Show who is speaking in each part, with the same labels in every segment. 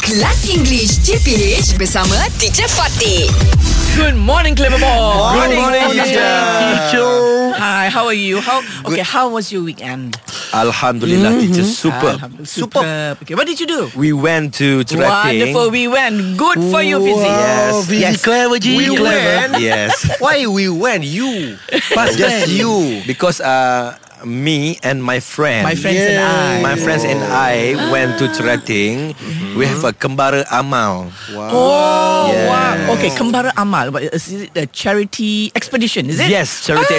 Speaker 1: Kelas English CPH bersama Teacher Fatih.
Speaker 2: Good morning, Clever Boy.
Speaker 3: Morning, Morning, teacher. teacher.
Speaker 2: Hi, how are you? How okay? How was your weekend?
Speaker 3: Alhamdulillah teacher
Speaker 2: Mm-hmm.
Speaker 3: Super
Speaker 2: Alhamdulillah,
Speaker 3: Super
Speaker 2: superb. Okay, what did you do?
Speaker 3: We went to trekking
Speaker 2: Wonderful. We went. Good for you, Fizi.
Speaker 3: Yes.
Speaker 4: Fizi
Speaker 3: yes.
Speaker 4: clever, Ji.
Speaker 3: We
Speaker 4: Clever.
Speaker 3: went Yes
Speaker 4: Why we went? You.
Speaker 3: Past
Speaker 4: Just you.
Speaker 3: Because uh, me and my friend
Speaker 2: My friends and I. Mm-hmm.
Speaker 3: My friends and I went to trekking We have a Kembara Amal
Speaker 2: Oh
Speaker 3: Yes.
Speaker 2: wow. Okay, Kembara Amal. What is it? A charity expedition? Is it?
Speaker 3: Yes, charity
Speaker 2: Ah,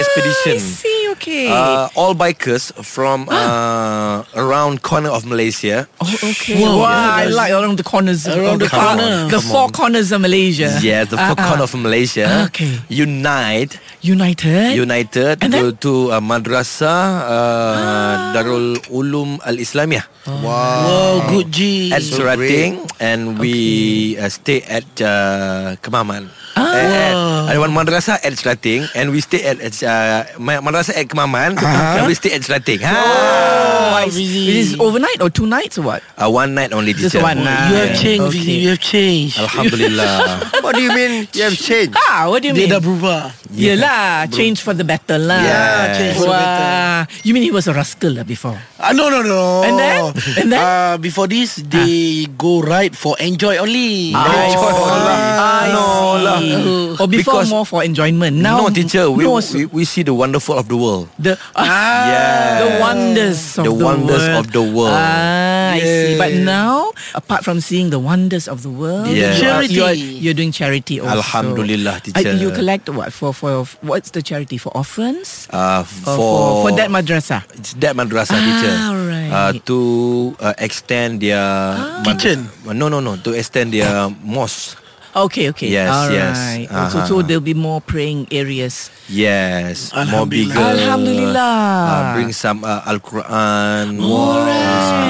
Speaker 2: I
Speaker 3: expedition.
Speaker 2: see. Okay.
Speaker 3: uh, All bikers from uh, around corner of Malaysia
Speaker 2: oh, okay. Wow. I like around the corners. of-
Speaker 4: Around
Speaker 2: of
Speaker 4: the
Speaker 2: four-
Speaker 4: corner.
Speaker 2: The
Speaker 3: Come
Speaker 2: four
Speaker 3: on.
Speaker 2: corners of Malaysia.
Speaker 3: Yes, the
Speaker 2: Ah,
Speaker 3: four
Speaker 2: ah.
Speaker 3: corner of Malaysia
Speaker 2: Okay.
Speaker 3: Unite
Speaker 2: United.
Speaker 3: United
Speaker 2: And
Speaker 3: to, to uh, madrasah uh, Darul Ulum Al Islamiyah
Speaker 4: Wow, good G.
Speaker 3: at Serating and we uh, stay at uh, Kemaman. Ah. Ada one madrasah at Serating and we stay at, at uh, ma- madrasah at Kemaman and we stay at Serating. Ha.
Speaker 2: Oh, I see. It is overnight or two nights or what?
Speaker 3: Uh, one night only
Speaker 2: Just
Speaker 3: teacher.
Speaker 2: one night.
Speaker 4: You have changed,
Speaker 2: Okay.
Speaker 4: Fizi. You have changed.
Speaker 3: Alhamdulillah.
Speaker 4: What do you mean you have changed?
Speaker 2: Ah, what do you
Speaker 4: Dia
Speaker 2: mean?
Speaker 4: dah berubah.
Speaker 2: Yelah, change for the better lah.
Speaker 3: Yeah,
Speaker 4: change for the
Speaker 2: Wah. You mean he was a rascal lah before?
Speaker 3: Uh,
Speaker 4: Ah, no, no, no.
Speaker 3: Oh.
Speaker 2: And then? And then?
Speaker 4: Uh, before this, they go ride for enjoy only.
Speaker 2: I see.
Speaker 3: No lah.
Speaker 2: Or before
Speaker 3: Because-
Speaker 2: more for enjoyment. Now,
Speaker 3: no teacher, we,
Speaker 2: no,
Speaker 3: we we see the wonderful of the world.
Speaker 2: the ah,
Speaker 3: Yeah.
Speaker 2: the wonders of
Speaker 3: The
Speaker 2: the,
Speaker 3: wonders
Speaker 2: world.
Speaker 3: of the world.
Speaker 2: Ah, I see. But
Speaker 4: Yeah.
Speaker 2: now, apart from seeing the wonders of the world,
Speaker 3: Yeah.
Speaker 2: you are- you are,
Speaker 4: Charity.
Speaker 2: you're doing charity also.
Speaker 3: Alhamdulillah,
Speaker 2: Ah,
Speaker 3: teacher.
Speaker 2: you collect what for? For what's the charity for orphans? Or
Speaker 3: Uh, for,
Speaker 2: for for that madrasah.
Speaker 3: It's that madrasah
Speaker 2: Ah,
Speaker 3: teacher
Speaker 2: right.
Speaker 3: uh, to uh, extend their ah.
Speaker 4: Kitchen.
Speaker 3: No no no to extend their mosque.
Speaker 2: Okay, okay.
Speaker 3: Yes,
Speaker 2: All
Speaker 3: yes.
Speaker 2: right.
Speaker 3: Uh-huh.
Speaker 2: So, so there'll be more praying areas.
Speaker 3: Yes, more
Speaker 4: Alhamdulillah.
Speaker 3: bigger.
Speaker 2: Alhamdulillah.
Speaker 3: Uh, bring some uh, Al Quran.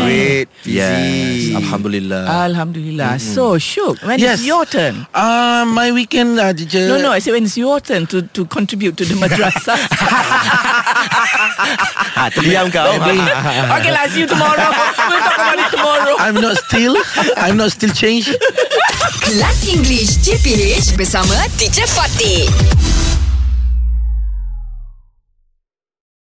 Speaker 4: Great,
Speaker 3: Yes,
Speaker 4: Fizi.
Speaker 2: Ah,
Speaker 3: Alhamdulillah.
Speaker 2: Alhamdulillah. So, Shuk, when is
Speaker 4: Yes.
Speaker 2: your turn?
Speaker 4: Uh, my weekend, uh, teacher.
Speaker 2: No, no, I say when it's your turn to, to contribute to the madrasah.
Speaker 3: Ah, terdiam kau.
Speaker 2: okay, lah, see you tomorrow. We'll talk about it tomorrow.
Speaker 4: I'm not still. I'm not still changed.
Speaker 1: Kelas English CPH bersama Teacher Fatih.